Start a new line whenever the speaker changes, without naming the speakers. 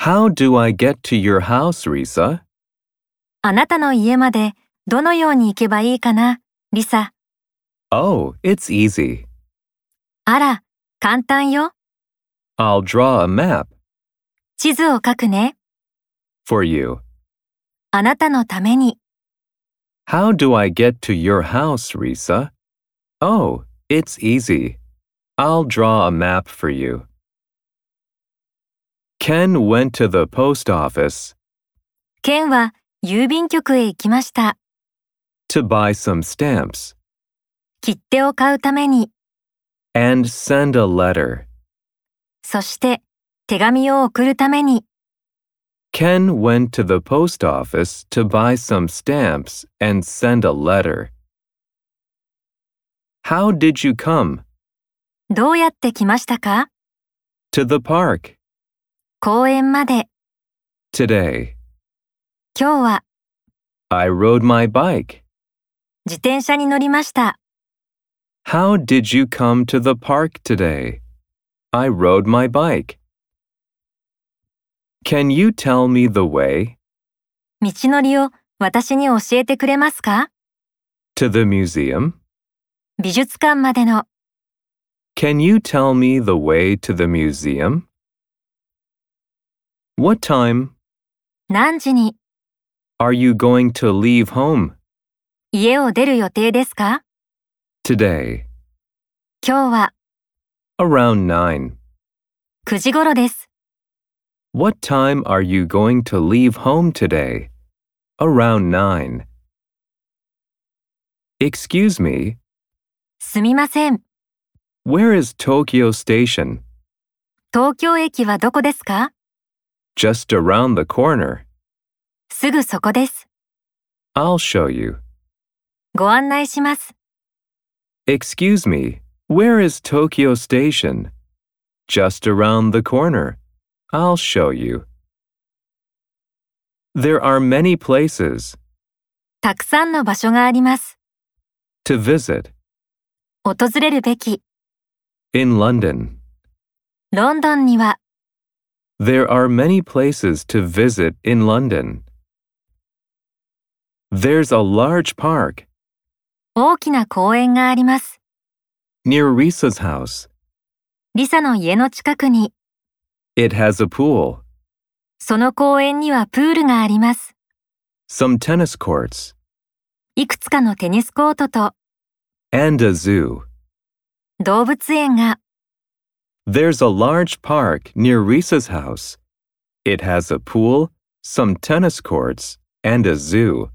How do I get to your house, Risa?
あなたの家までどのように行けばいいかな、リサ。
Oh, it's easy.
あら、簡単よ。
I'll draw a map
地図を書くね。
for you.
あなたのために。
How do I get to your house, Risa? Oh, it's easy. I'll draw a map for you. Ken went to the post office
ケンは郵便局へ行きました。
to buy some stamps
切手を買うために。
and send a letter.
そして、手紙を送るために。
Ken went to the post office to buy some stamps and send a letter. How did you come?
どうやって来ましたか
To the park.
公園まで。
Today,
今日は
I rode my bike.
自転車に乗りました。
How did you come to the park today? I rode my bike. Can you tell me the way
道のりを私に教えてくれますか
to the museum?
美術館までの。
Can you tell me the way to the museum? What time
何時に
are you going to leave home?
家を出る予定ですか
Today,
今日は
around 9.
9時頃です。
What time are you going to leave home today? Around 9. Excuse me,
すみません。
where is Tokyo Station?
東京駅はどこですか
Just around the corner.
すぐそこです。
I'll show you.
ご案内します。
Excuse me, where is Tokyo Station? Just around the corner. I'll show you. There are many places
たくさんの場所があります。
to visit
訪れるべき。
in London.
ロンドンには
There are many places to visit in London. There's a large park
大きな公園があります。
near Risa's house.
リサの家の近くに、
It has a pool,
その公園にはプールがあります。
some tennis courts,
いくつかのテニスコートと
and a zoo.
動物園が
There's a large park near Risa's house. It has a pool, some tennis courts, and a zoo.